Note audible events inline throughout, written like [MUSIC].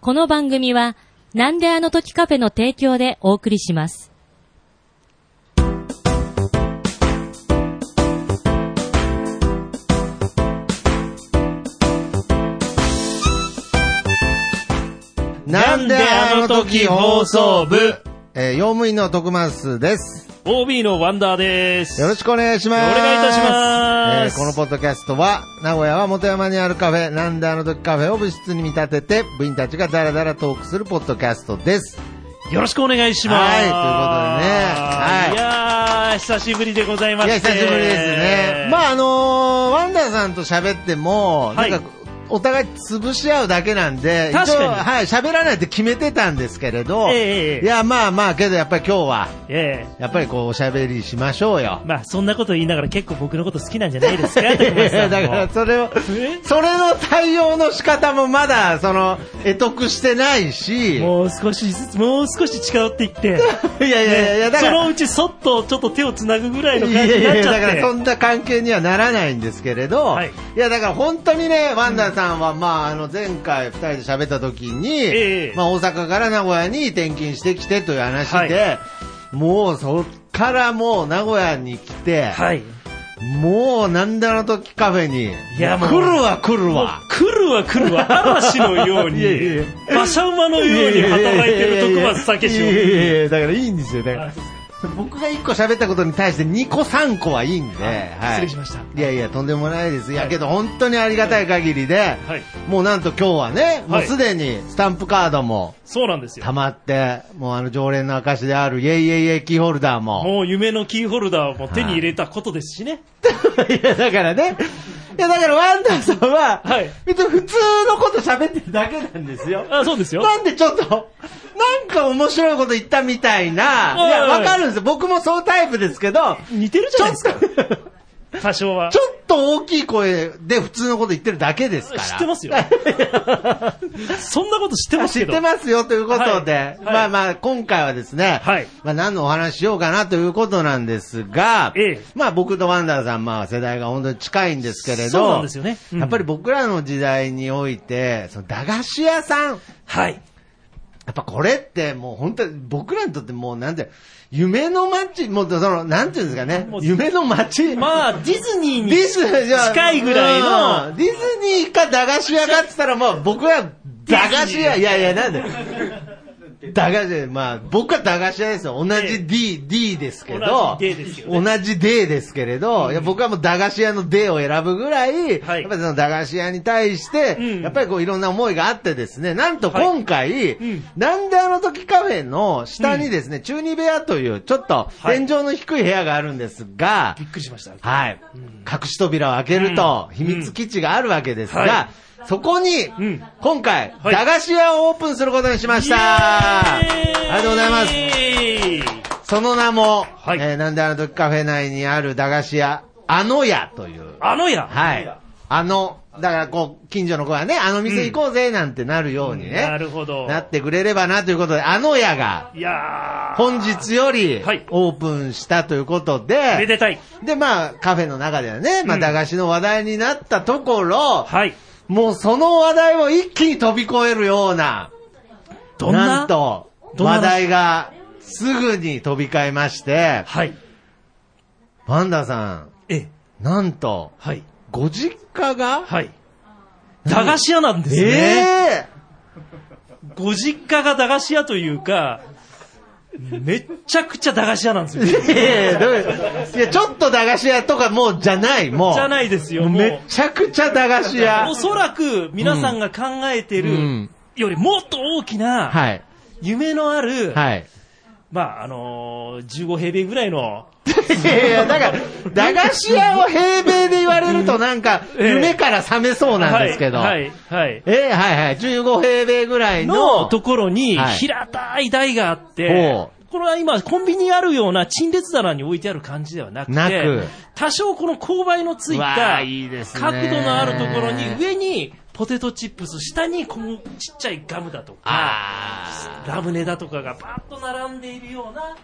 この番組は、なんであの時カフェの提供でお送りします。なんであの時放送部、えー、用務員の徳松です。 OB のワンダーです。よろしくお願いします。お願いいたしまえーすこのポッドキャストは、名古屋は元山にあるカフェ、なんであの時カフェを部室に見立てて、部員たちがダラダラトークするポッドキャストです。よろしくお願いします。はいということでねい。やー、久しぶりでございまいす。や、久しぶりですね。まあ、あのー、ワンダーさんと喋っても、はいなんか、お互い潰し合うだけなんで、確かに一応はい、喋らないって決めてたんですけれど、ええええいや、まあまあ、けどやっぱり今日は、えやっぱりこう、おしゃべりしましょうよえ。まあ、そんなこと言いながら結構僕のこと好きなんじゃないですかいやいや [LAUGHS] だからもそれをえ、それの対応の仕方もまだ、その、得得してないし、いうもう少しずつ、もう少し近寄っていって。 [LAUGHS] やいやいや、だかそら、のうちそっとちょっと手をつなぐぐらいのい感やじいになっやいちや、ゃっだからそて。んな関係にはならないんですけれど、はいい、や、だから本当にね、ワンダーさんは、まあ、あの、前回二人で喋った時に、ええまあ、大阪から名古屋に転勤してきてという話で、もうそっからもう名古屋に来て、はい。もうなんだの時カフェに、いやもう来るわ来るもうわ。来るわ来るわ、嵐のようにいやいや、馬車馬のように働いてる徳松武いやいやいや史いやだからいいんですよだから僕が1個喋ったことに対して2個3個はいいんで、はい失礼しましたいやいやとんでもないですいはやいけど本当にありがたい限りで、はいもうなんと今日はねもはういすでにスタンプカードもそうなんですよ溜。まってもうあの常連の証であるイェイイェイイェイキーホルダーももう夢のキーホルダーをもう手に入れたことですしね。 [LAUGHS] いや、だからね。いや、だからワンダーさんは、はい別に普通のこと喋ってるだけなんですよ。あそうですよなんでちょっと、なんか面白いこと言ったみたいな。おいおいいや、わかるんですよ。僕もそうタイプですけど、似てるじちゃょないっですか。と、多少はち。ょっと大きい声で普通のこと言ってるだけですから。知っ [LAUGHS] てますよそんなこと知ってます知けっど。てますよということで、はいはいまあまあ今回はですね、はいまあ何のお話しようかなということなんですが、ええまあ僕とワンダーさんまあ世代が本当に近いんですけれど、そうなんですよねうんやっぱり僕らの時代において、その駄菓子屋さん、はい。やっぱこれってもう本当に僕らにとってもうなんて、夢の街、もうその、なんていうんですかねも、う夢の街。まあ、ディズニーにディズニーじゃ近いぐらいの、うんディズニーか駄菓子屋かって言ったら、まあ僕は駄菓子屋、いやいや、 [LAUGHS] なんで。駄菓子屋、まあ僕は駄菓子屋ですよ。同ええじ D、D ですけど、同じ D ですよ同じ D ですけれど、いや僕はもう駄菓子屋の D を選ぶぐらい、はいやっぱりその駄菓子屋に対して、うんやっぱりこういろんな思いがあってですね、なんと今回、うんなんであの時カフェの下にですね、中二部屋というちょっとはい天井の低い部屋があるんですが、びっくりしました。はい。隠し扉を開けると、秘密基地があるわけですうんはが、そこにん、今回、はい駄菓子屋をオープンすることにしました。ありがとうございます。す。その名も、はいえーなんであの時カフェ内にある駄菓子屋、あの屋という。あのや。はい。あの、だからこう、近所の子がね、あの店行こうぜなんてなるようにね、なるほど。なってくれればなということで、あの屋が、いやー本日よりはい、オープンしたということで、めでたい。で、まあ、カフェの中ではね、まあ、うん駄菓子の話題になったところ、はい。もうその話題を一気に飛び越えるような、どんなんと、どんな話題がすぐに飛び交いまして、はい。パンダさええ。ん、なんと、はい。ご実家が、はい。駄菓子屋なんですね。えご実家が駄菓子屋というか、めっちゃくちゃ駄菓子屋なんですよ。えー、いやいやどういういや、ちょっと駄菓子屋とかもうじゃない、もう。じゃないですよ、もめう。ちゃくちゃ駄菓子屋お。そらく皆さんが考えてうるんよりもっと大きな、はい。夢のある、はい。まあ、あのー、15平米ぐらいの、いやいや、だから、駄菓子屋を平米で言われるとなんか、ええ夢から覚めそうなんですけど。はい、はいはい。ええはいはい。15平米ぐらいのの。ところに、はい平たい台があってほ、これは今、コンビニにあるような陳列棚に置いてある感じではなくて、なく多少この勾配のついうわたあいいですね角度のあるところに、上にポテトチップス、下にこのちっちゃいガムだとか、あラムネだとかがバーッと並んでいるような、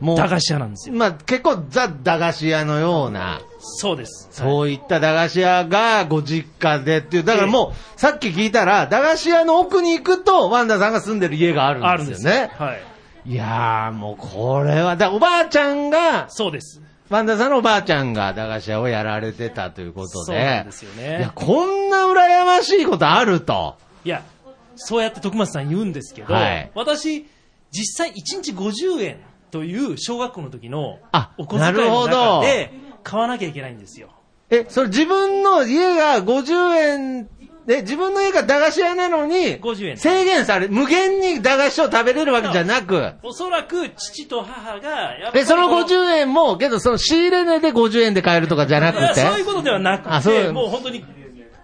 も駄菓子屋なんですよ。まあ、結構ザ・駄菓子屋のような、そうです。はいそういった駄菓子屋がご実家でっていう、だからもう、さっき聞いたら、駄菓子屋の奥に行くと、ワンダさんが住んでる家がああるるんんでですすよね。はい。いやー、もうこれは、だおばあちゃんが、そうです。ワンダさんのおばあちゃんが駄菓子屋をやられてたということで、そうなんですよねいや、こんな羨ましいことあると。いや、そうやって徳松さん言うんですけど、はい私、実際1日50円という小学校の時のあお小遣いなるのほ中どで買わなきゃいけないんですよ。え、それ自分の家が50円、え、自分の家が駄菓子屋なのに、 50円制限され、無限に駄菓子を食べれるわけじゃなく、おそらく父と母が、やっぱりえ、そのこ50円も、けどその仕入れ値で50円で買えるとかじゃないやくて、そういうことではなあくそうて、もう本当に、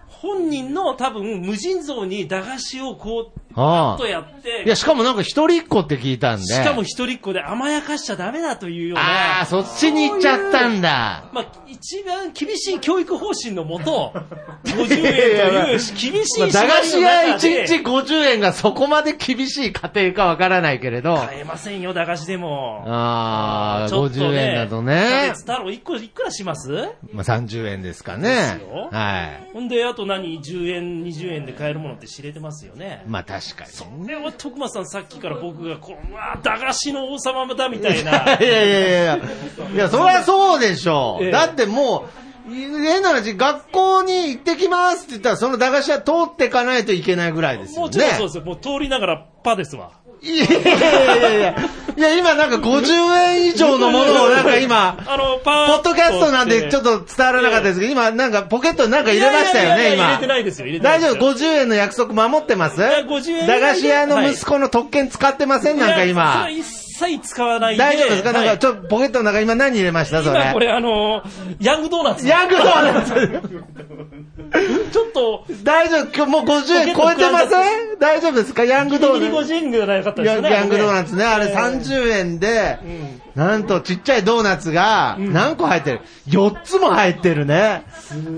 本人の多分無尽蔵に駄菓子をこう、あとやって、あいや、しかもなんか一人っ子って聞いたんで。しかも一人っ子で甘やかしちゃダメだというようああ、な、そっちに行っちゃったんだ。まあ、一番厳しい教育方針の [LAUGHS] もと、50円といやいやまあいう厳しいまあ縛りの駄菓子屋中1で日50円がそこまで厳しい家庭かわからないけれど。買えませんよ、駄菓子でも。ああ、ちょっとね50円だとキャねベ。ツ太郎1個いくらしますまあ30円ですかですねよ。はい。ほんで、あと何、10円、20円で買えるものって知れてますよね。まあ確かに。これは徳間さんさっきから僕がこう、うわ駄菓子の王様だみた [LAUGHS] いいやな。いやいやいや。いや、そりゃそうでしょえう。えだってもう、変な話、学校に行ってきますって言ったら、その駄菓子屋通っていかないといけないぐらいですもようちろんねそう。ですよ。もう通りながらパですわ。いやいやいやいや。いや、今なんか50円以上のものをなんか今、あの、パポッドキャストなんでちょっとと伝わらなかったですけど、今なんかポケットになんか入れましたよいやいやいやね、いや今。入れてないですよ入れてな大いです丈よ夫 ?50 円の約束守ってますや50円駄菓子屋の息子の特権使ってませんなんか今。一切使わないで。大丈夫ですかなんはかいちょっとポケットの中今何入れましたそ今れこ。れあのー、ヤングドーナツ。ヤングドーナツちょっと、大丈夫今日もう50円超えてません大丈夫ですかヤングギリドギリーナ50ツ。円じゃなかったですヤよね。ングドーナツね、あれ30円で、なんとちっちゃいドーナツが何個入ってる ?4 つも入ってるね。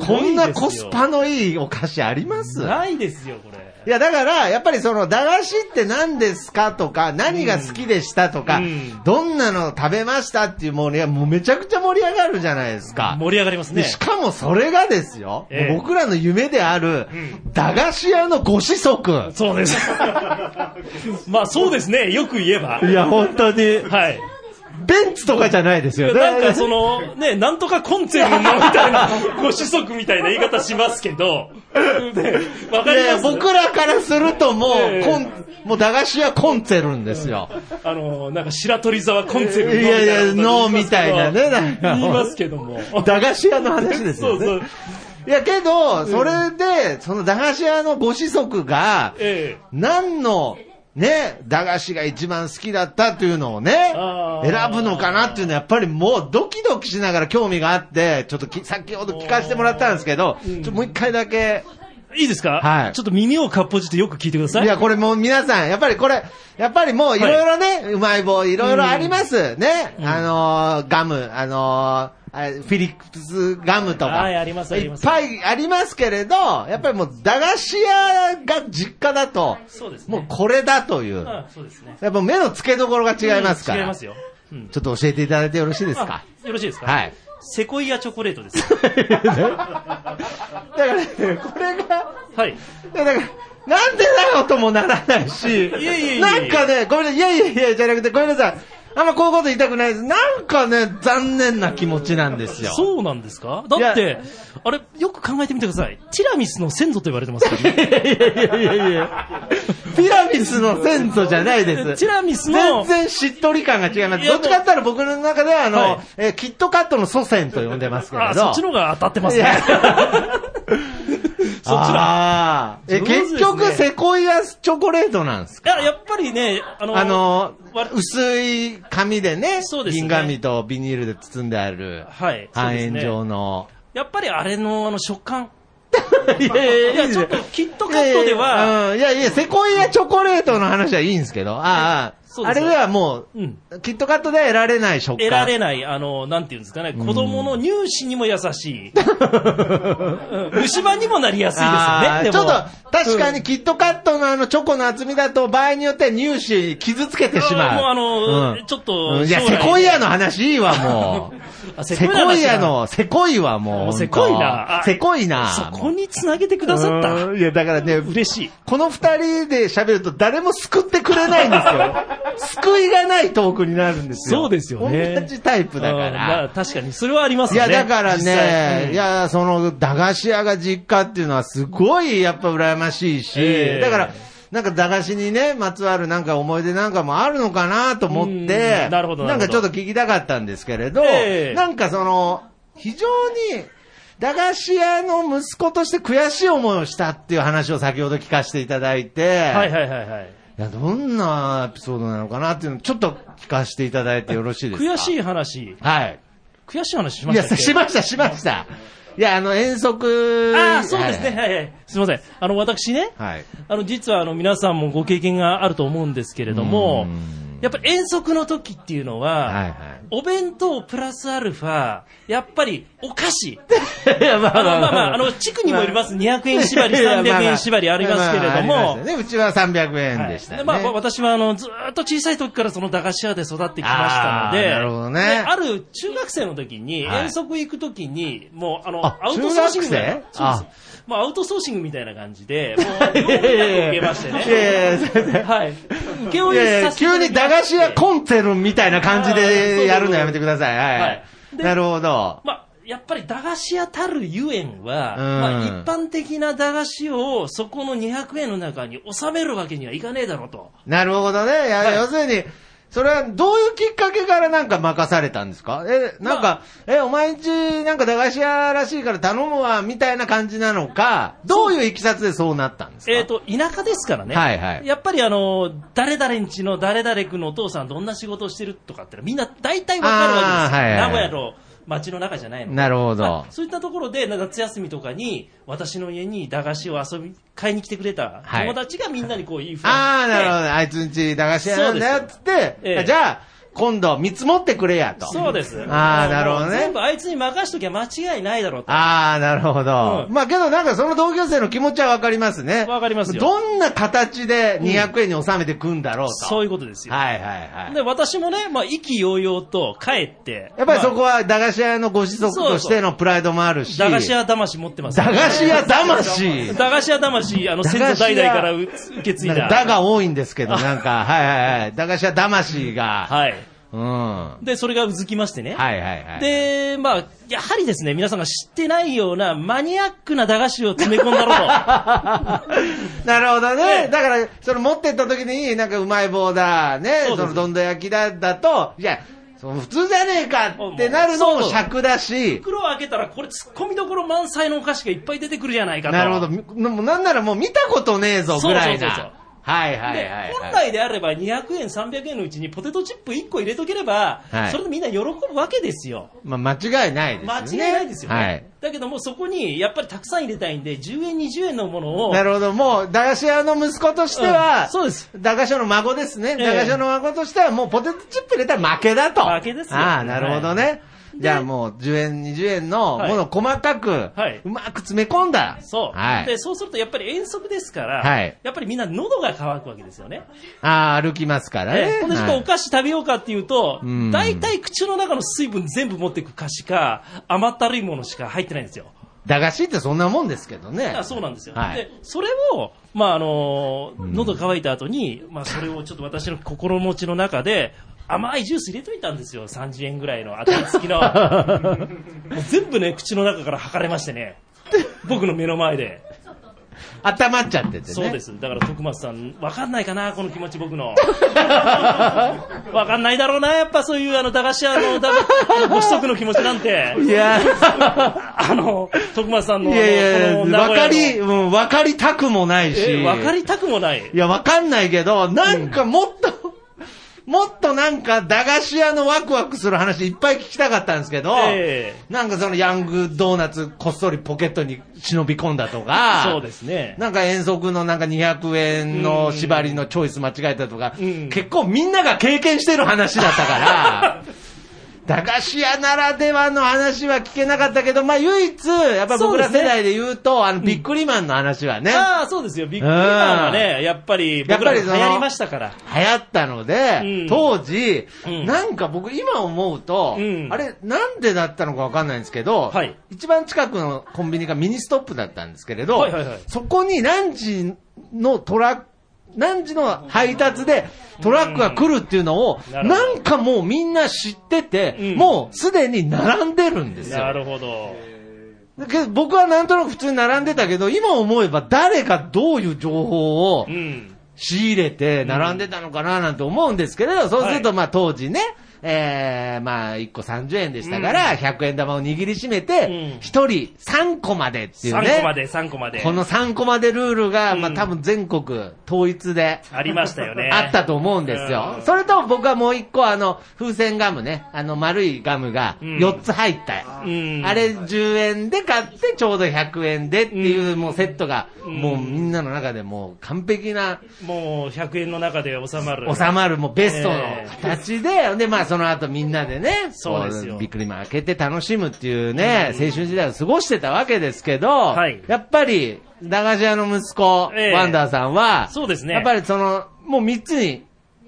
こんなコスパのいいお菓子ありますないですよ、これ。いや、だから、やっぱりその、駄菓子って何ですかとか、何が好きでしたとか、うんどんなの食べましたっていうもう、いや、もうめちゃくちゃ盛り上がるじゃないですか。盛り上がりますねで。しかもそれがですよ、ええ僕らの夢である、う駄菓子屋のご子息。そうです。まあそうです [LAUGHS] ね、よく言えば。いや、本当に、はい。ベンツとかじゃないですよ。なんかその、ね、なんとかコンツェルのみたい [LAUGHS] な、ご子息みたいな言い方しますけど、ねわかいりやます僕らからするともう、ええこんもう駄菓子屋コンツェルンですよ。あの、なんか白鳥沢コンツいェルのやいや、ノーみみたたいいななね、ねなんか。言いますけ [LAUGHS] ども。駄菓子屋の話ですそようね。そう。いやけど、それで、その駄菓子屋のご子息が、え何の、ね、駄菓子が一番好きだったっていうのをねあ、ー選ぶのかなっていうのはやっぱりもうドキドキしながら興味があって、ちょっとき先ほど聞かせてもらったんですけど、ちょっともう一回だけ、え。いいですかはいちょっと耳をかっぽじってよく聞いてください。いやこれもう皆さん、やっぱりこれ、やっぱりもういろいろね、うまい棒いろいろあります。ね、あのーガム、あのーあれフィリップスガムとか。はいありますありますいっぱいありますけれど、やっぱりもう駄菓子屋が実家だと、そうですね。もうこれだという。うんそうですね。やっぱ目の付けどころが違いますから。違いますよ。うん。ちょっと教えていただいてよろしいですかあよろしいですかはい。 [LAUGHS] セコイアチョコレートです。だからね、これが、はい。だから、なんでだよともならないし、いやいやいやなんかね、ごめんなさい、いやいやいやじゃなくて、ごめんなさい、あんまこういうこと言いたくないです。なんかね、残念な気持ちなんですよ。そうなんですかだっいて、あれ、よく考えてみてください。ティラミスの先祖と言われてますからね。 [LAUGHS] いやいやいやいやいやピラミスの先祖じゃないです。ティラミス全の、然しっとり感が違います。いやどっちかって言ったら僕の中では、あの、はいえーキットカットの祖先と呼んでますけれど。あ、そっちの方が当たってまいすねや。 [LAUGHS] そっちだ。あーえ、上手です結ね局、セコイアチョコレートなんですいや、やっぱりね、あの、あのわ、薄い紙でね、そうですね銀紙とビニールで包んである、はいそう半ですね円状の。やっぱりあれの、あの、食感。いやいいや、ちょっと、キットカットでは、いやいや、うんいやいや、セコイアチョコレートの話はいいんですけど、ああ、そうであすれよではもうん。う、キットカットでは得られない食感。得られない、あの、なんていうんですかね、子供の乳歯にも優 [LAUGHS] しい。うん虫歯にもなりやすいですよあね、ーでちょも。っと、確かにキットカットのあのチョコの厚みだと、場合によっては乳歯傷つけてしまう。もうあのうんちょっと、いや、将来セコイアの話いいわ、も [LAUGHS] う。あセセコイアコだイアの、セコイはももう。うセコイなあセコイな。そこにつなげてくださった。うんいや、だからね、嬉しい。この二人で喋ると誰も救ってくれないんです [LAUGHS] よ。救いがないトークになるんですよ。そうですよね同じタイプだかうんまあら。確かに、それはありますいよや、ね。だから実際ね、うんいや、その、駄菓子屋が実家っていうのはすごいやっぱ羨ましいし、ええだから、なんか駄菓子にね、まつわるなんか思い出なんかもあるのかなと思っうんて、なるほどなるほどんかちょっと聞きたかったんですけれど、ええなんかその、非常に、駄菓子屋の息子として悔しい思いをしたっていう話を先ほど聞かせていただいて、はいいはいはいはい。やどんなエピソードなのかなっていうのをちょっと聞かせていただいてよろしいですか悔しい。い話。はい。悔しい話しまいしや、たっけしました、しました。いや、あの、遠足。ああ、そうですね。はいはい。すみません。あの、私ね、はい。はい。あの、実はあの、皆さんもご経験があると思うんですけれどもうーん、やっぱり遠足の時っていうのは、はいはいお弁当プラスアルファ、やっぱりお菓子。 [LAUGHS] いや、まあの、まあまあ、あの、地区にもよります。200円縛り、300円 [LAUGHS] 縛りありますけれどまあまあありまもした、ね、うちは300円でしたね。でまあ、私はあの、ずーっと小さい時からその駄菓子屋で育ってきましたので、あーなるほどねである中学生の時に、はい遠足行く時に、もうあの、あアウトソーシングみたいな中学生そうあです。もうアウトソーシングみたいな感じで、もう、いろんなことを受けましてね。いやいやいやいやはい。受け負いいやいやさせてい急ただにきま駄し菓子て屋コンテルみたいな感じでやるのやめてください。はい。はいでなるほど。まあ、やっぱり駄菓子屋たるゆえんは、うんまあ、一般的な駄菓子をそこの200円の中に収めるわけにはいかねえだろうと。なるほどね。いやはい要するに、それはどういうきっかけからなんか任されたんですかえ、なんか、え、お前んちなんか駄菓子屋らしいから頼むわ、みたいな感じなのか、どういういきさつでそうなったんですかえっ、と、田舎ですからね。はいはいやっぱりあの、誰々んちの誰々くんのお父さんどんな仕事をしてるとかってのはみんな大体わかるわけですよ。あーはいはい名古屋の街の中じゃないので。なるほどはいそういったところで、なんか夏休みとかに、私の家に駄菓子を遊び、買いに来てくれたはい友達がみんなにこう、いいふうにああ、なるほど。あいつんち駄菓子屋なんだよ、つって、ええじゃあ、今度見積もってくれや、と。そうです。ああ、なるほどもう全ね部。あいつに任しときゃ間違いないだろうと。ああ、なるほど。うんまあけどなんかその同級生の気持ちはわかりますね。わかりますよどんな形で200円に収めてくんだろうと。そういうことですよ。はいはいはい。で、私もね、まあ、意気揚々と帰って。やっぱりそこは、は駄菓子屋のご子息としてのプライドもあるし。駄菓子屋魂持ってます。駄菓子屋魂。駄菓子屋魂、あの、先祖代々からう受け継いなんだ。か、だが多いんですけど、なん [LAUGHS] か、はいはいはい。駄菓子屋魂が。はい。うん。はで、それがうずきましてね。いはいはい。で、まあ、やはりですね、皆さんが知ってないようなマニアックな駄菓子を詰め込んだろう [LAUGHS] なるほどえね。えだから、その持ってった時に、なんかうまい棒だ、ね、そうそですのどんどん焼きだ、だと、いや、その普通じゃねえかってなるのもそうそう尺だ [LAUGHS] と。し、袋を開けたら、これ突っ込みどころ満載のお菓子がいっぱい出てくるじゃないかと。なるほど。みもうなんならもう見たことねえぞ、ぐらいそうそうそうなそう。はいはいではい本はい。来であれば200円、300円のうちにポテトチップ1個入れとければ、はいそれでみんな喜ぶわけですよ。まあ、間違いないですよ間ね。違いないですよね。はい。だけどもうそこにやっぱりたくさん入れたいんで、10円、20円のものを、なるほど。もう、駄菓子屋の息子としては、うんそうです。駄菓子屋の孫ですね。ええ駄菓子屋の孫としては、もうポテトチップ入れたら負けだと。負けですよああ、なるほどね。じゃあもう、10円、20円のものを細かく、はいうまく詰め込んだ。そう、はい。で、そうするとやっぱり遠足ですから、はいやっぱりみんな喉が渇くわけですよね。ああ、歩きますからえね。えほんでちょっとおはい菓子食べようかっていうとうん、大体口の中の水分全部持っていく菓子か、甘ったるいものしか入ってないんですよ。駄菓子ってそんなもんですけどね。あそうなんですよ、はいでそれを、まああの喉乾いた後に、まあ、それをちょっと私の心持ちの中で、甘いジュース入れといたんですよ、30円ぐらいの当たり [LAUGHS] 付きの、もう全部ね、口の中から吐かれましてね、僕の目の前で、温まっちゃっててね。。そうですす、だから徳松さん、分かんないかな、この気持ち、[LAUGHS] 僕の、分かんないだろうな、やっぱそういうあの駄菓子屋の駄菓ご子息の気持ちなんて、いや、あの徳松さんいの、やいや、この名わ古か屋のり、うん、わかりたくもないし。えー分かりたくもないい。や、わかんないけど、なんかもっと、 [LAUGHS] もっとなんか、駄菓子屋のワクワクする話いっぱい聞きたかったんですけど、ええなんかそのヤングドーナツこっそりポケットに忍び込んだとか、そうですね。なんか遠足のなんか200円の縛りのチョイス間違えたとか、うん結構みんなが経験してる話だった [LAUGHS] から、駄菓子屋ならではの話は聞けなかったけど、まあ唯一、やっぱ僕らそうですね世代で言うと、あの、ビックリマンの話はね、ああ、そうですよ。ビッグリマンはね、やっぱり僕らや流っぱりその行りましたから。流行ったので、うん当時、うんなんか僕今思うと、うんあれなんでだったのかわかんないんですけど、はい一番近くのコンビニがミニストップだったんですけれど、はいはいはいそこに何時のトラック、何時の配達でトラックが来るっていうのを、うんなるほどなんかもうみんな知ってて、うんもうすでに並んでるんですよ。なるほど。だけど僕はなんとなく普通に並んでたけど、今思えば誰がどういう情報を、うん。仕入れて並んでたのかななんて思うんですけれど、そうするとまあ当時ね、えー、まあ1個30円でしたから、100円玉を握りしめうんて、1人3個までっていう3個まね。で、3個まで。この3個までルールが、うんまあ多分全国統一で。ありましたよね。 [LAUGHS] あったと思うんですうよん。それと僕はもう一個あの、風船ガムね。あの丸いガムがうん4つ入った。うん。あれ10円で買ってちょうど100円でっていうもうセットが、うんもうみんなの中でもう完璧なもう100円の中で収ま [LAUGHS] る。収まるもうベストのええ形で、で、まあその後みんなでね、そうですよこびっくりマン開けて楽しむっていうね、青春時代を過ごしてたわけですけど、はいやっぱり、駄菓子屋の息子、ええワンダーさんは、そうですねやっぱりその、もう3つに、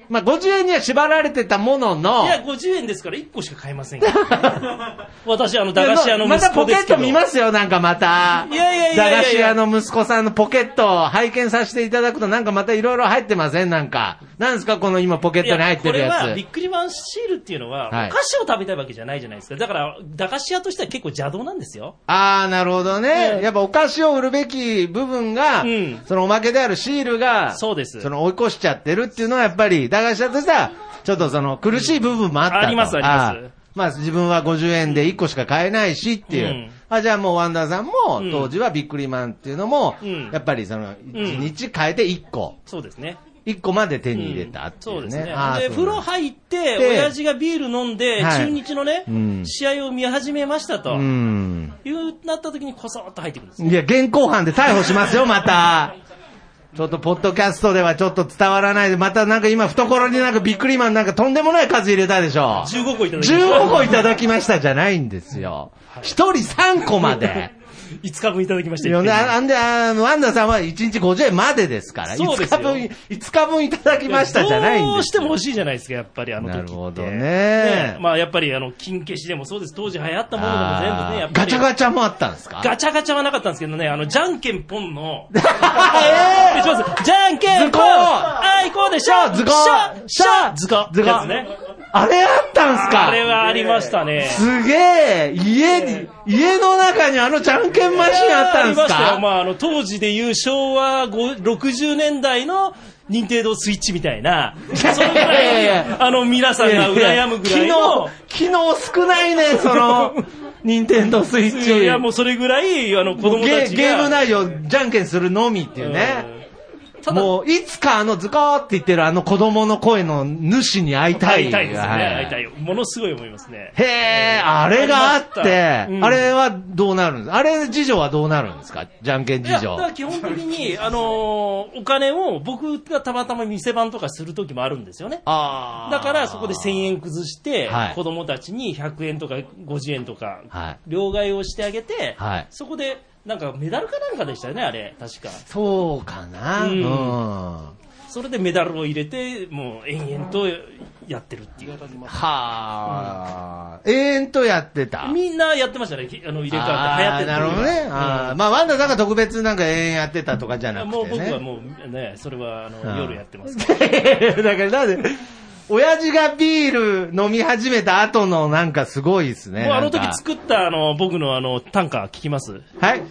まあ50円には縛られてたものの、いや、50円ですから1個しか買えません [LAUGHS] から。私、あの、駄菓子屋のま息た子ポでケすッけど。ト見ますよ、なんかまた。いやいやいやいやいや駄菓子屋の息子さんのポケットを拝見させていただくと、なんかまたいろいろ入ってませんなんか。なんですかこの今ポケットに入ってるやつ。いこれは、ビックリマンシールっていうのは、はいお菓子を食べたいわけじゃないじゃないですか。だから、駄菓子屋としては結構邪道なんですよ。ああ、なるほどね。うんやっぱお菓子を売るべき部分が、うんそのおまけであるシールが、そうですその追い越しちゃってるっていうのはやっぱり、駄菓子屋としては、ちょっとその苦しい部分もあったと、うんありますありますーまあ自分は50円で1個しか買えないしっていう。うんあじゃあもうワンダーさんも、うん当時はビックリマンっていうのも、うんやっぱりその、1日変えて1個。そうですね。 1個まで手に入れたっていそううね。ですね。あーで、風呂そう入って、で親父がビール飲んで、はい中日のねう、ん試合を見始めましたと、ういん。うなった時にこそっと入ってくるんですよ。いや、現行犯で逮捕しますよ、また。ちょっと、ポッドキャストではちょっと伝わらないで、またなんか今、懐になんかビックリマンなんかとんでもない数入れたでしょ。 15個いただきました15個いただきましたじゃないんですよ。1人3個ま [LAUGHS] で。 5日分いただきましたよね、ああんで、あの、ワンダさんは1日50円までですから、そうです5よ日分、5日分いただきましたじゃないんですよ。どうしても欲しいじゃないですか、やっぱりあの時って。なるほどねまあやっぱりあの、金消しでもそうです。当時流行ったものでも全部あね、やっーぱガり。チャガチャもあったんですかガチャガチャはなかったんですけどね、あの、じゃんけんぽんの。 [LAUGHS] [LAUGHS] ええーします。じゃんけんぽん図工あいこうでしょ図工しゃしゃ図工図工ね。あれあったんすかあれはありましたね。すげえ家に、家の中にあのじゃんけんマシンあったんですありましたかよ。まあ、あの、当時でいう昭和5 60年代の任天堂スイッチみたいな、そのぐいらやいい、やあの、皆さんが羨むぐらいの、昨日、昨日少ないね、その、 [LAUGHS] ニンテンドースイッチ。いや、もうそれぐらい、あの、子供ゲたちーが。ゲーム内容、じゃんけんするのみっていうね。うん。ただ、もう、いつかあの、ズカーって言ってるあの子供の声の主に会いたい。会いたいですね。は会いたい。ものすごい思いますね。へえ、あれがあって、ありましたうんあれはどうなるんですあれ事情はどうなるんですかじゃんけんいや、事情だか。ら基本的に、あのーお金を僕がたまたま店番とかする時もあるんですよね。あーだからそこで1000円崩しては、い子供たちに100円とか50円とかはい。両替をしてあげて、はいそこで、なんかメダルかなんかでしたよね、あれ、確か。そうかな。うんうんそれでメダルを入れて、もう延々とやってるっていう。はあ、永遠とやってた。みんなやってましたね、あの入れ替わって、流行ってあーなるほどね。あーうんまあ、ワンダさんが特別なんか永遠やってたとかじゃなくて、ね。もう僕はもうね、それはあのあー夜やってますけど。だからなんで、親父がビール飲み始めた後のなんかすごいですね。 [LAUGHS] もうあなのん時か作ったあの僕のあの短歌聞きます。はい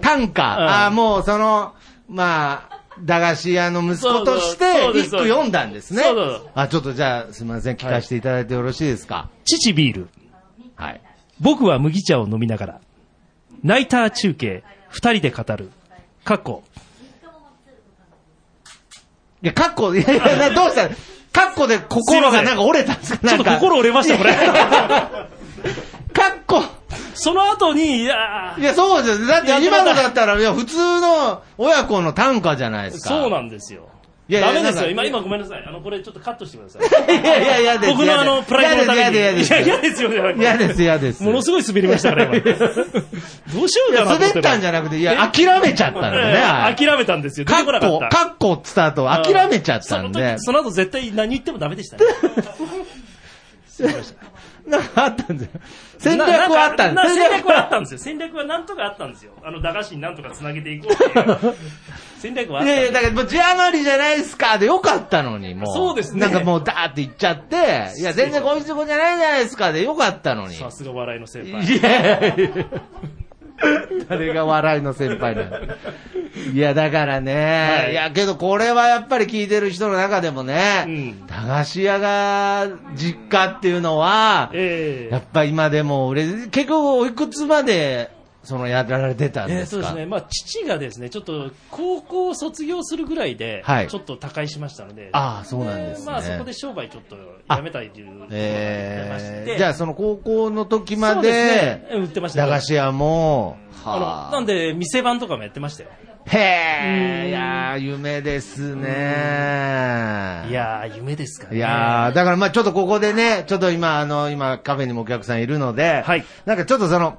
短歌。んああ、もうその、まあ、駄菓子屋の息子としてそうそうそうです一句読んだんですねそうそうそう。あ、ちょっとじゃあすみません、聞かせていただいてよろしいですか。父ビール。はい。僕は麦茶を飲みながら。ナイター中継。二人で語る。過去。いや、過去、いやいや、などうしたカッコで心がなんか折れたんですかちょなっんとか。心折れました、こ [LAUGHS] れ。カッコ。その後に、いやーいや、そうです。だって今のだったら、いや、普通の親子の短歌じゃないですか。そうなんんですよ。いやいやダメですなんよ。か今、今ごめんなさい。あの、これちょっとカットしてください。いやいやいやです。僕のあの、プライドのために。い嫌や、でいす、嫌やです。ですよ、じゃなくて嫌です、嫌です。ものすごい滑りましたから、今。どうしよういやか滑なと思て。ったんじゃなくて、いや、え諦めちゃったんだね。あえれえ諦めたんですよ。出カてこなッかっコ、た。カッコっつった後、諦めちゃったんで。その時その後絶対何言ってもダメでしたね。なんか [LAUGHS] あったんですよ。戦略はあったんなですな戦略はあったんんですよ。戦略はなんとかあったんですよ。あの、駄菓子になんとか繋げていこうっていう。戦略はあっいたんやいや、でだからもう字余りじゃないですかでよかったのに、もう。そうですねなんかもうダーって言っちゃって、いや、全然こいつこじゃないじゃないですかでよかったのに。さすが笑いの先輩。いやいやいや誰が笑いの先輩なのいや、だからね、はいい、や、けどこれはやっぱり聞いてる人の中でもね、うん駄菓子屋が実家っていうのは、えやっぱ今でも俺、結構おいくつまで、そのやられてたんええでーそすうでか、すね、まあ、父がですねちょっと高校を卒業するぐらいで、はいちょっと他界しましたので、ああ、そうなんですね。まあ、そこで商売ちょっとやめたいというのが出まして、えーじゃあその高校の時まそうすで、ね、売ってました駄菓子屋も、あのなんで、店番とかもやってましたよ。へうんえ、いやー、夢ですねいやー、夢ですからね。いやー、だからまあちょっとここでね、ちょっと今、あの、今カフェにもお客さんいるので、はいなんかちょっとその、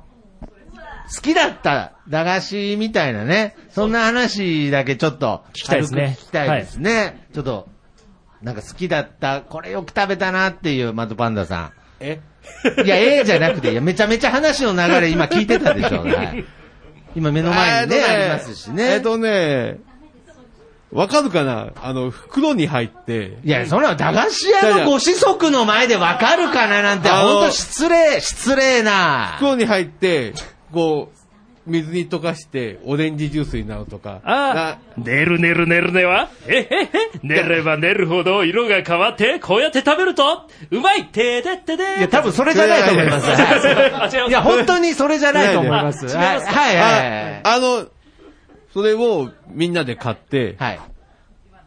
好きだった駄菓子みたいなね、そんな話だけちょっと、聞きたいですね軽く聞きたいですね。ちょっと、なんか好きだった、これよく食べたなっていう、マトパンダさえん。いや、ええじゃなくて、いや、めちゃめちゃ話の流れ今聞いてたでしょ、はい今目の前にね、ありますしね。えっとね、わかるかなあの、袋に入って、いや、そんなの駄菓子屋のご子息の前でわかるかななんて、あのほんと失礼、失礼な。袋に入って、こう、水に溶かして、オレンジジュースになるとか。あー寝る寝る寝る寝は、えへへ、寝れば寝るほど色が変わって、こうやって食べると、うまいてーでってでーいや、多分それじゃないと思います。いやは [LAUGHS] あ違いますいいや、本当にそれじゃないと思います。いはい、やいや違いますはいはいな、ああの、それをみんなで買って、はい。はい。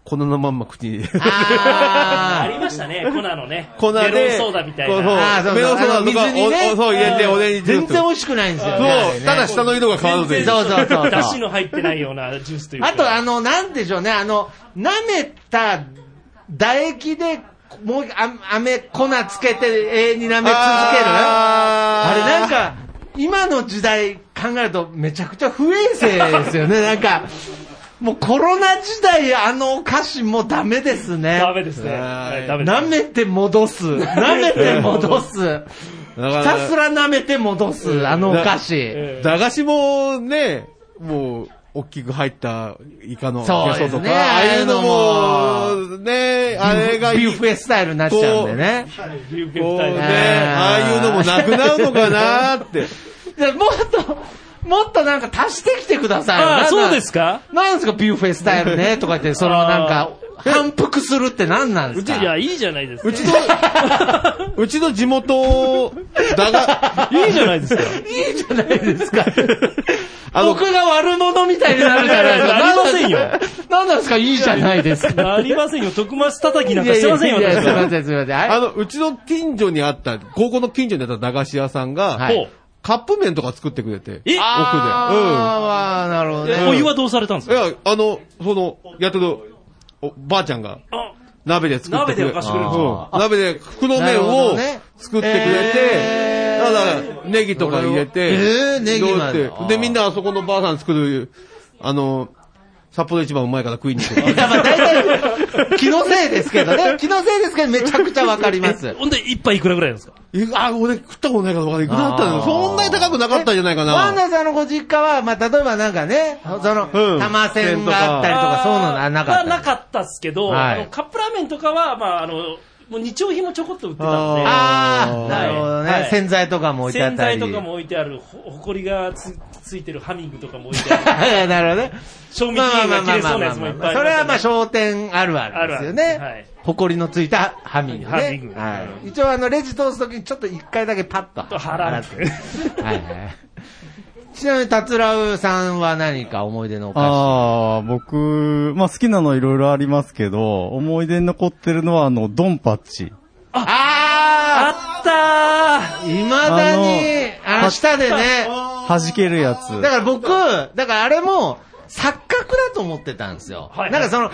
粉のまんま口に入れる。あありましたね、粉のね。粉メで、ロンソーダみたいそうそうな。あーそうそうメロンソーダとあか、の水にねおおそう入れて、オレンージジュー全ス。然美味しくないんですよ。あそれう、ねただ下の色が変わるぜ。そうそうそうそうだしの入ってないようなジュースというか。あと、あの、なんでしょうね、あの、舐めた唾液で、もう、あ、飴、粉つけて永遠に舐め続けるああれーなんか、今の時代考えるとめちゃくちゃ不衛生ですよ [LAUGHS] ね。なんか、もうコロナ時代あのお菓子もうダメですね。ダメですね。あーはいダメです舐めて戻す。舐めて戻 [LAUGHS] す。だひかたすら、ら舐めて戻す。あのお菓子。ええ駄菓子もね、もう、大きく入ったイカのゲそうでソすねとか、ああいうのああいうも、ね、あれがいビいュッ。フェスタイルになっちゃうんでね。ビュッフェこみうたいね、なああいうのもなくなるのかなーって。じゃあもっと、もっとなんか足してきてくださいよ。あなんあ、かそうですかなんですか、ビュッフェスタイルね、とか言って、そのなんか、反復するって何なんでうすち、かいや、いいじゃないですか。う [LAUGHS] ちの、うちの地元、だが、いいじゃないですか。いいじゃないですか。あの僕が悪者みたいになるじゃないですか。いやいやなりまなんなんですか、いいじゃないですか。なりませんよ。徳松叩きなんかしてませんよ、いやいや私いやすいは。ません、すいません。ああの、うちの近所にあった、高校の近所にあった駄菓子屋さんが、はいほうカップ麺とか作ってくれて、えあー、なるほどえね。お湯はどうされたんですいかや、あの、その、やってる、おばあちゃんが、あ鍋で作って鍋くれでお菓子くれるんですかうん鍋で袋麺をなるほどね作ってくれて、えたーだ、ネギとか入れて、えーネギまでどうやってで、みんなあそこのばあさん作る、あの、札幌一番うまいから食いに行くいや、 [LAUGHS] まあ大体、気のせいですけどね。気のせいですけど、めちゃくちゃわかります。ほんで、一杯いくらぐらいなんですかえあ、俺食ったことないから分からいくらだったあのーそんなに高くなかったんじゃないかワンな。ダさんのご実家は、まあ、例えばなんかね、その、うん玉線があったりとか、そういうのななかはった。なかったっすけど、はいあのカップラーメンとかは、まあ、あの、もう日用品もちょこっと売ってたんで。あああ、ーなるほどね、はい洗剤とかも置いてあっ洗たり。剤とかも置いてある、ほほこりがつついてるハミングとかも置いてある、はいなるほどね。賞味期限が切れそうなやつもいっぱいそれはまああ商店あるあるですよあるあるはねい。埃のついたハミングね。ハミングはうい。一応あの、レジ通すときにちりちょっと一回だけパッと払う払って。はいはい。ちなみに、達郎さんは何か思い出のお菓ああ、僕、まあ好きなのいろいろありますけど、思い出に残ってるのはあの、ドンパッチ。子あああいまだに、あのあの、舌でね。弾けるやつ。だから僕、だからあれも、錯覚だと思ってたんですよ。はいなんかその、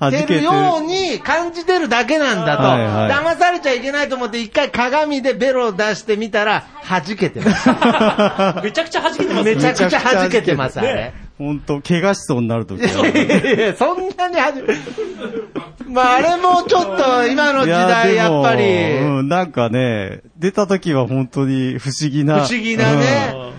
弾けるように感じてるだけなんだと。はいは騙されちゃいけないと思って、一回鏡でベロを出してみたら、弾けてます。ったーめちゃくちゃ弾けてますねめちゃくちゃ弾けてます、あれ。 [LAUGHS] ほんと、怪我しそうになるときは。 [LAUGHS] いやいやそんなにはじ、まあ、あれもちょっと、今の時代、いでやもっぱり、うん、なんかね、出たときは本当に不思議不な。思議なね。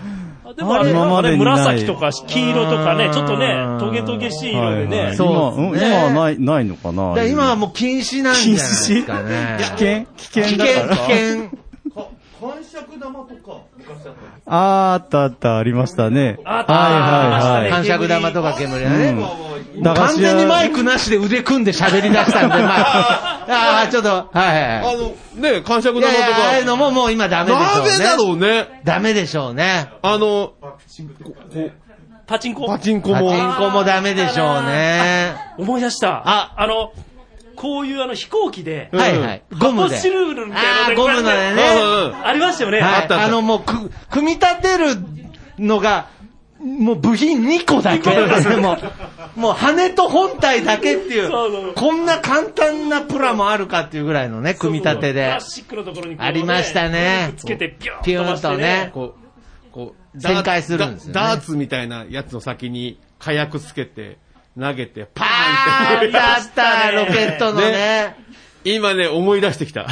でもあれ、今までね、にない紫とか黄色とかね、ちょっとねあー、トゲトゲしいうん。は色でいはいね、そう今、そううんです今ねはない、ないのかなだから今はもう禁止なんじゃないですかね。危険危険危だ険、か危ら。険。感触玉とか、昔あったああ、あったあった、ありましたね。あったはいはいは感触玉とか煙だね。うんもい。う完全にマイクなしで腕組んで喋り出したん [LAUGHS] で、まあ、ああ、ちょっと、はいはいあはい。の、ね、感触い玉やといや、ああか。いうのももう今ダメでしょうなね。ぜだろうね。ダメでしょうね。あの、ここパチンコパ。チンコパチも。ンコもダメでしょうね。思い出した。ああの、こういうあの飛行機で、んはいはい。ゴムで。シルールみたいなああ、ねゴムのこうやってうね。んうんありましたよね。はあったあっい。たあの、もう、く、組み立てるのが、もう部品2個だけ。もう、もう羽と本体だけっていそうそうう、こんな簡単なプラもあるかっていうぐらいのね、組み立てプでラ。スチックのところにこうねありましたねつけて、ピューンピュ飛ーばンしとてねね。こう、こう、旋回するんですよねダダーツみたいなやつの先に火薬つけて、投げて、パあーンーっあ [LAUGHS] ったあった、ロケットのね。て。今ね、思い出してきた。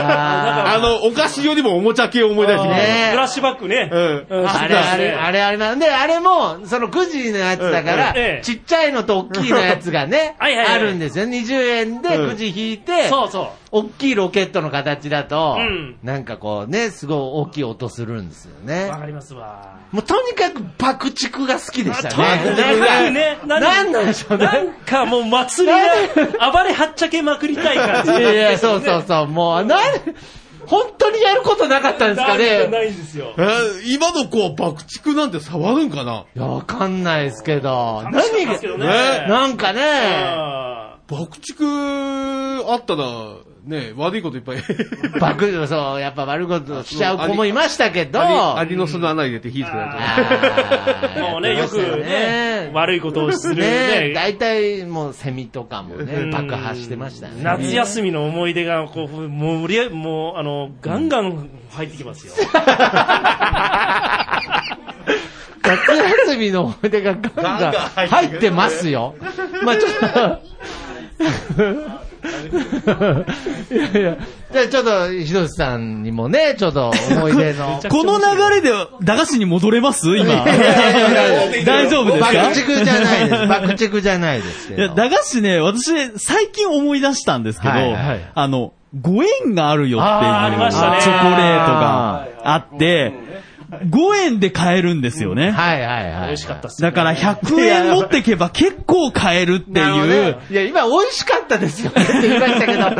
ああの、お菓子よりもおもちゃ系を思い出してきた。ねフラッシュバックね。うんうーんあれあれ、あれあれなんで、あれも、そのくじのやつだかうんらえ、えちっちゃいのと大きいのやつがね、はいはいはいあるんですよ。20円でくじ引いて、そうそう。大きいロケットの形だと、うんなんかこうね、すごい大きい音するんですよねわ。かりますわ。もうとにかく爆竹が好きでしたね。あとにかくねなんかなんなんでしょうね。なんかもう祭りが暴れはっちゃけまくりたい感いじ。やいや、そうそうそう、もう、なん、本当にやることなかったんですかなんかね。ないんですよ。えー今の子は爆竹なんて触るんかないや、わかんないですけど、何楽しかったがですけど、ねなんかね、あ爆竹あったら、ね、悪いこといっぱい。爆、そう、やっぱ悪いことしちゃう子もいましたけど、アリの巣の穴入れて火つけないあーーもうね、やよってくましたね、悪いことをするねね。大体もうセミとかもね、爆破してましたね。夏休みの思い出が、こう、もう、りえもう、あの、ガンガン入ってきますよ。 [LAUGHS] 夏休みの思い出がガンガン入ってますよ。まあちょっと。いやいや。じゃあちょっと、ひどしさんにもね、ちょっと思い出 [LAUGHS] の。この流れで、駄菓子に戻れます今。 [LAUGHS] 大丈夫ですか爆竹じゃないです。爆竹じゃないですけいや、ど。駄菓子ね、私、最近思い出したんですけど、はいはいあの、5円があるよっていう、チョコレあーありましたねートがあって、5円で買えるんですよね。はいはいはい。美味しかったっすよだねから100円持ってけば結構買えるってなるほどいねう、いや、今、美味しかったですよねって言いましたけど、 [LAUGHS]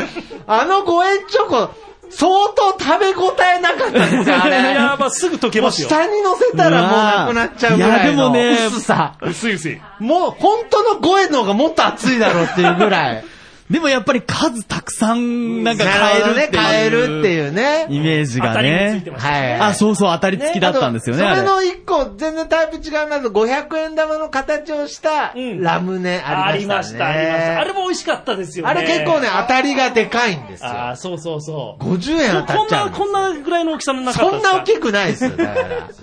あの五円チョコ、相当食べ応えなかったですよ、あいれ。や、まあ、すぐ溶けもまうすよ。下に乗せたらもうなくなっちゃうぐらいのいやでもね薄さ。薄い薄い。もう本当の5円の方がもっと熱いだろうっていうぐらい。でもやっぱり数たくさんなんかな買るほどえるねっ、ていう。買えるっていうね。イメージ当がたりもついてね。ました。はい。あ、そうそう、当たり付きだったんですよね、ああとれ。それの1個、全然タイプ違うなと、500円玉の形をしたうんラムネあありりままししたた、ね。ありました。あれも美味しかったですよね。あれ結構ね、、当たりがでかいんですよ。ああ、そうそうそう。 50円当たこっんちゃうんな、ですこんなぐらいの大きさのなかったそんな大ききくないですよ、だから。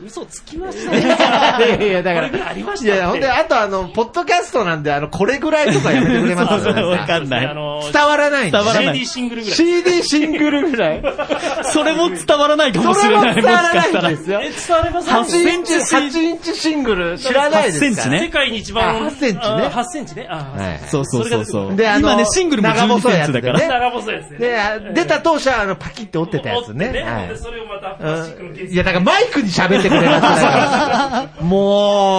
嘘つきました [LAUGHS] いやいや、だかこれぐらいら。ありましいたってや、ほんで、あとあの、ポッドキャストなんで、あの、これぐらいとかやめてくれます [LAUGHS] そうそうなわんかかんないあの、伝わらないんで伝わらない CD シングルぐらい。 CD シングルぐらい。それも伝わらないかもそしれれもない、伝もわしらかなしたらいん。ですよ。伝われます8インチ、 8 8インチシングル知らないですから。 8センチね世界に一番、あ8センチねあ8センチね。あはーいそうそうそうそう。であの今ね、シングルも12長センチだか細いやつでら。ね長細いですね。で、あ出た当初は、あの、パキって折ってたやつね。折ってはでいそれをまたプラスチックのケーうんスいや、だからマイクに喋ってくれますから。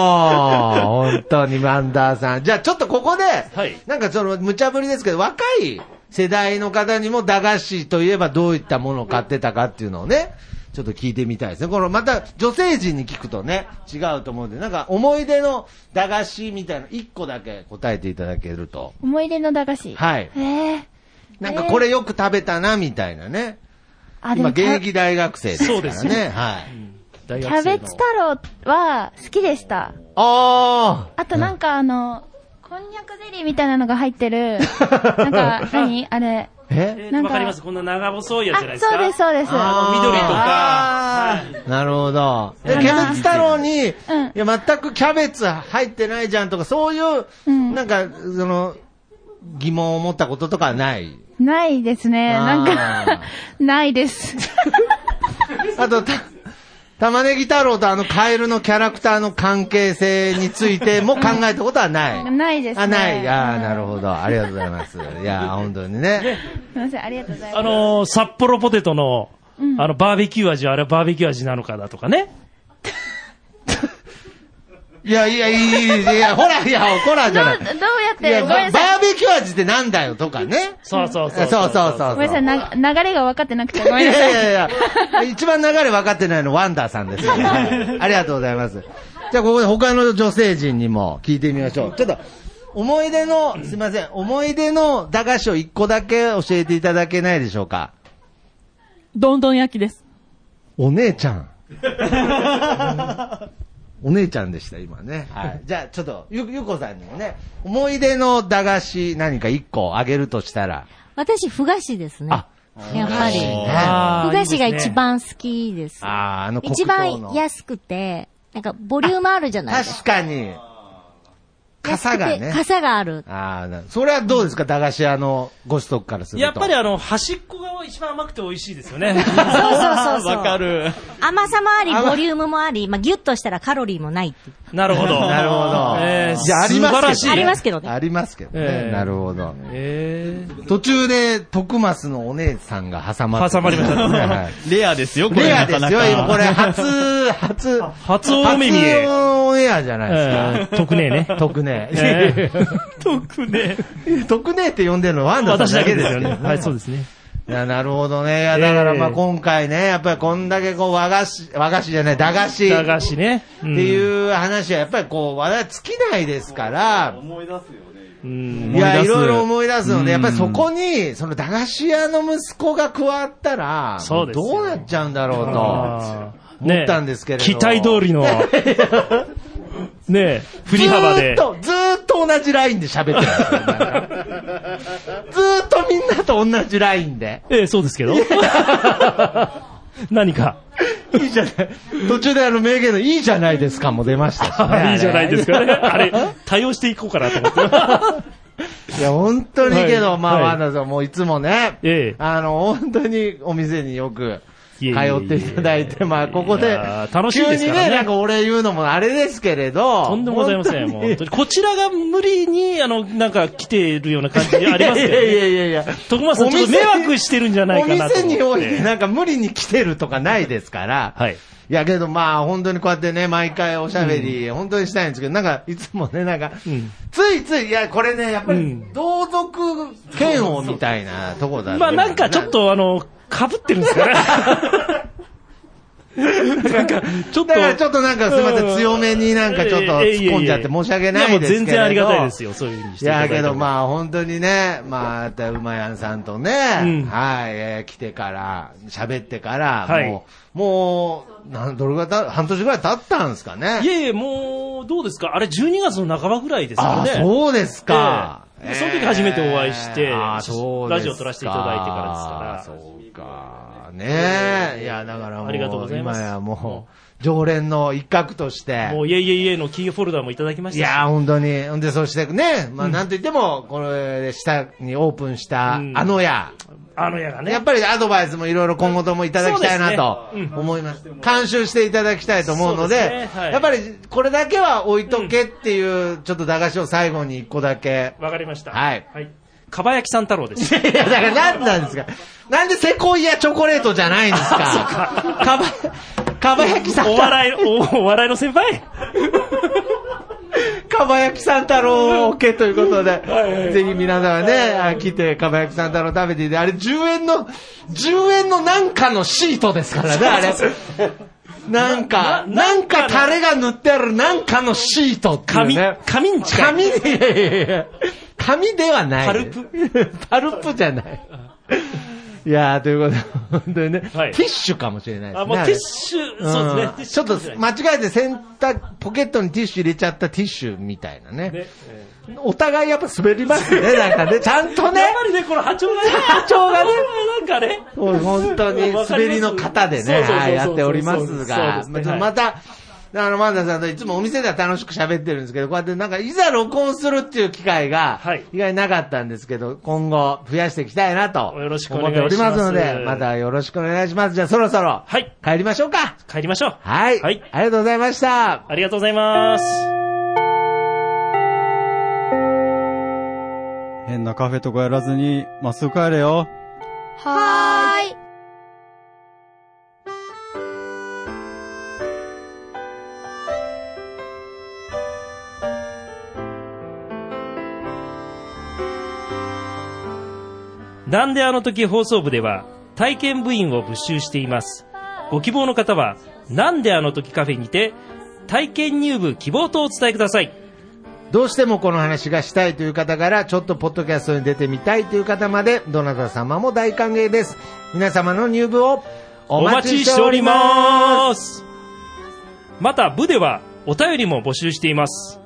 もう、本当にワンダーさん。じゃあちょっとここで、いなんかその、無茶ぶりですけど、若い世代の方にも駄菓子といえばどういったものを買ってたかっていうのをね、ちょっと聞いてみたいですね。このまた女性陣に聞くとね、違うと思うんで、なんか思い出の駄菓子みたいな1個だけ答えていただけると。思い出の駄菓子。はい。ええなんかこれよく食べたな、みたいなね。あ、で今もキ現ャ、役大学生ですからね。そうですねはい。大キ学ャ生ベのツ太郎は好きでした。ああとなんかあの、こんにゃくゼリーみたいなのが入ってる、 [LAUGHS] なんか、何あれ。あええなんーかわかりますこんな長細いやつあじゃない、ですか。そうです、そうです。ああの緑とか、あはいなるほど。で、キうんャベツ太郎に、いうんや、全くキャベツ入ってないじゃんとか、そういう、うんなんか、その、疑問を持ったこととかはない。ないですね。あーなんか、 [LAUGHS] ないです。あと、た、玉ねぎ太郎とあのカエルのキャラクターの関係性につい [LAUGHS] ても考えたことはない。ないですね。あ、ない。ああ、うんなるほど。ありがとうございます。いやー、本当にね。すみません、ありがとうございます。あのー札幌ポテトの、あの、バーベキュー味はあれはバーベキュー味なのかだとかね。いや、いや、い [LAUGHS] い、いい、いや、ほら、いや、ほらじゃない。どうどうやっいて、や、ごバめんなーさい。ベキュー味ってなんだよとかね。そうそうそ。そううそうそうそう。ごめんなさいな、流れが分かってなくて、ごめんなさい。いやいやいや、一番流れ分かってないのワンダーさんですよ、ね。ありがとうございます。じゃあここで他の女性陣にも聞いてみましょう。ちょっと、思い出の、すいません、思い出の駄菓子を一個だけ教えていただけないでしょうか。どんどん焼きです。お姉ちゃん。お姉ちゃんでした、今ね。はい。じゃあ、ちょっと、ゆ、ゆこさんにもね、思い出の駄菓子何か一個あげるとしたら。私、ふ菓子ですね。あ、やっぱり。ねあーふ菓子がいいです一ね番好きです。あーあの黒一糖の番安くて、なんかボリュームあるじゃないです確か。かに。傘が安くてね。傘がある。ああ、なそれはどうですか、駄菓子屋のご子息からすると。やっぱりあの、端っこが一番甘くて美味しいですよね。そうそうそうそう。わかる。甘さもあり、ボリュームもあり、まあ、ギュッとしたらカロリーもないっていうなるほど。なるほど。えーじゃあ、ありますけど、素晴らしいねありますけどねありますけどね。ええなるほど。えー途中で、徳松のお姉さんが挟まって挟まりましたねはいレアですよ、これ。レアですなかよ、なか今これ、初、初、初お目に初オンエアじゃないですか。えー特ねね。特ね。えー特 [LAUGHS] ね。特ねって呼んでるのはワンダ私さんだだけけでですすよよね。ね。はい、そうですね。いや、なるほどね。いや、だからまあええ今回ね、やっぱりこんだけこう和菓子、和菓子じゃない、駄菓子。駄菓子ね。ってっていう話はやっぱりこう話題尽きないですから、うん。いや、いろいろ思い出すので、やっぱりそこに、その駄菓子屋の息子が加わったら、そうですよどうなっちゃうんだろうと、あー思ったんですけれどね期待通 [LAUGHS] りの、ね振り幅で。ずーっと、ずーっと同じラインで喋ってるんですよ。ずーっとみんなと同じラインで。ええ、そうですけど。 [LAUGHS] 何か。いいじゃない。途中であの名言のいいじゃないですかも出ましたしね [LAUGHS] いいじゃないですかね。あれ、対応していこうかなと思 [LAUGHS] って。いや、本当にけど、はいまあ、はいワンダさんもういつもね、ええあの、本当にお店によくい通えいえいえっていただいて、まあ、ここいでや、ー楽しい急ですにからねね、なんか俺言うのもあれですけれど、とんでもございません。もう本本当当にに。こちらが無理に、あの、なんか来ているような感じありますけいやいど、やね。いやいや。徳松さん、ちょっと迷惑してるんじゃないかなと思って。お店において、なんか無理に来てるとかないですから。はい。いやけどまあ本当にこうやってね、毎回おしゃべり、本当にしたいんですけど、なんかいつもね、なんか、んついつい、いやこれね、やっぱうりん同族嫌悪みたいなとこだまあなんかちょっとあの、被ってるんで [LAUGHS] すかね。なんか、ちょっと。だからちょっとなんかすみません、強めになんかちょっと突っ込んじゃって申し訳ないですけれど。やもう全然ありがたいですよ、そういうふうにいしていただやいて。けどまあ本当にね、まあ、あとうまやんさんとね、うんはい、えー来てから、喋ってから、はいもう、もう、なんどれぐらいた、半年ぐらい経ったんですかね。 [LAUGHS] いえいえ、もう、どうですかあれ、12月の半ばぐらいですあかあ、ね。そうですか。ええその時初めてお会いしてああそうですラジオ撮らせていただいてからですからそうか。ねえ。いや、だからもう、ありがとうございます今やもう、常連の一角として。もう、いえいえいえのキーフォルダーもいただきましいたしやー、本当に。ほんで、そしてね、まあ、なんといっても、これ、下にオープンした、あうんのや。あの矢がね。やっぱりアドバイスもいろいろ今後ともいただきたいなとそうですね思います。監修していただきたいと思うので、そうですねはいやっぱりこれだけは置いとけっていう、ちょっと駄菓子を最後に一個だけ。わかりました。はいはい。かばやきさん太郎です。いや、だから何なんですか。なんでセコイアチョコレートじゃないんですか。 [LAUGHS] かば、かばやきさん。 [LAUGHS] お笑い、おお笑いの先輩かば焼き三太郎をけということで、ぜひ皆さんね、あ来て、かば焼き三太郎食べていて、あれ10円の、10円のなんかのシートですからね、あれ。 [LAUGHS] なんか、なんかタレが塗ってあるなんかのシートっていう紙ね。、紙に近い。紙 [LAUGHS] で、いやいやいや紙ではない。パルプパルプじゃない。いやー、ということで、本当にね、はいティッシュかもしれないですね。あ、もうあテれィッシュ、そうですね。ティッんシちょュっと間違えて洗濯、ポケットにティッシュ入れちゃったティッシュみたいなね。ねお互いやっぱ滑りますね、なんかね。ちゃんとねやっ。ぱりね、この波長がね、波長 [LAUGHS] がねなんかね、もう本当にわかります滑りの型でね、そうそうそうそうはいやっておりますが、そうですねはいまた、あの、マンダさんといつもお店では楽しく喋ってるんですけど、こうやってなんか、いざ録音するっていう機会がはい、意外になかったんですけど、今後、増やしていきたいなと、よろしくお思願っいてしおますりますので、またよろしくお願いします。じゃあそろそろ、はい帰りましょうか。帰りましょう。はい。はいありがとうございました。ありがとうございます。変なカフェとかやらずに、まっすぐ帰れよ。はーい。なんであの時放送部では体験部員を募集しています。ご希望の方は、なんであの時カフェにて体験入部希望とお伝えください。どうしてもこの話がしたいという方から、ちょっとポッドキャストに出てみたいという方まで、どなた様も大歓迎です。皆様の入部をおお待待ちちししてておおりります。ます。また部ではお便りも募集しています。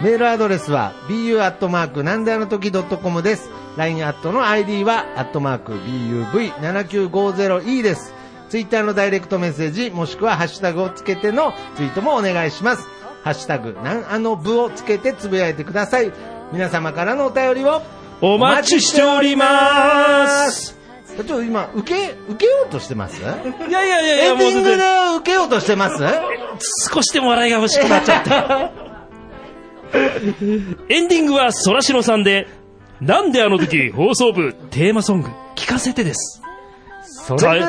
メールアドレスは bu アットマークなんであの時ドットコムです。LINE アットの ID はアットマーク buv7950e です。ツイッターのダイレクトメッセージもしくはハッシュタグをつけてのツイートもお願いします。ハッシュタグなんあの部をつけてつぶやいてください。皆様からのお便りをお待ちしております。ちょっと今、受け、受けようとしてますいやいやいやいエや、ンもうディン全グ然で受けようとしてます少しでも笑いが欲しくなっちゃ [LAUGHS] った。エンディングはそらしろさんで、なんであの時放送部テーマソング聞かせてです。それで、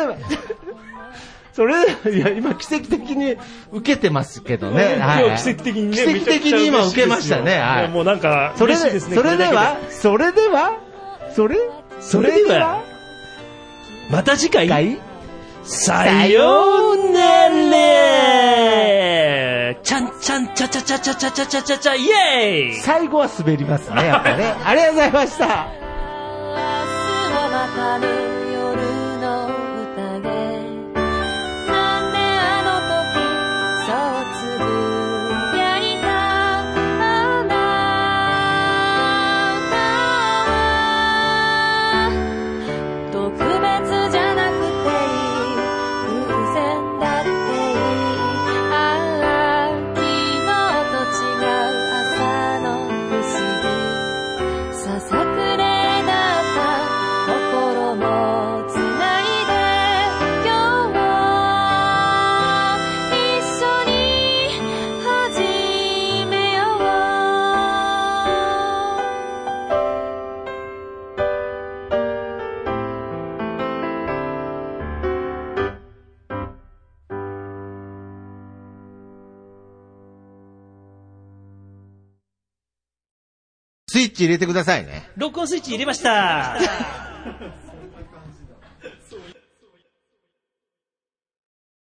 それで、いや、今奇跡的に受けてますけどね。はいは今い日奇跡的にね、奇跡的に今受けましたね。はいやもうなんか、それ嬉しいで、ですね。それでこだは、それでは、それ、それでは、けでまた次回、回さようならちゃんちゃんちゃちゃちゃちゃちゃちゃちゃちゃちゃ、イエーイ最後は滑りますね、やっぱね。ありがとうございました。明日はまたね夜の宴なんであの時そうつぶやいたあなたは特別じゃなくていい偶然だっていいあら昨日と違う朝の不思議ささくれだった心もつないで今日一緒に始めようスイッチ入れてくださいね。録音スイッチ入れました